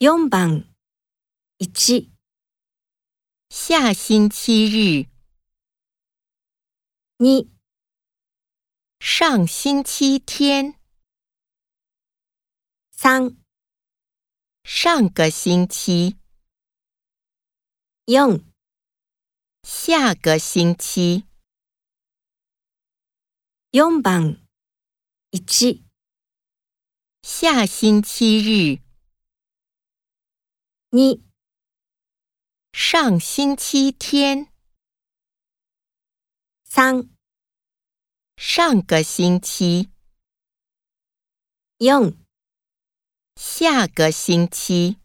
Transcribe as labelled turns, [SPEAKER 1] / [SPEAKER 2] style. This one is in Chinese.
[SPEAKER 1] 4番1、
[SPEAKER 2] 下星期日、
[SPEAKER 1] 2、
[SPEAKER 2] 上星期天、
[SPEAKER 1] 3、
[SPEAKER 2] 上个星期、
[SPEAKER 1] 4、
[SPEAKER 2] 下个星期、
[SPEAKER 1] 4番1、
[SPEAKER 2] 下星期日、
[SPEAKER 1] 2、
[SPEAKER 2] 上星期天、
[SPEAKER 1] 3、
[SPEAKER 2] 上个星期、
[SPEAKER 1] 4
[SPEAKER 2] 下个星期。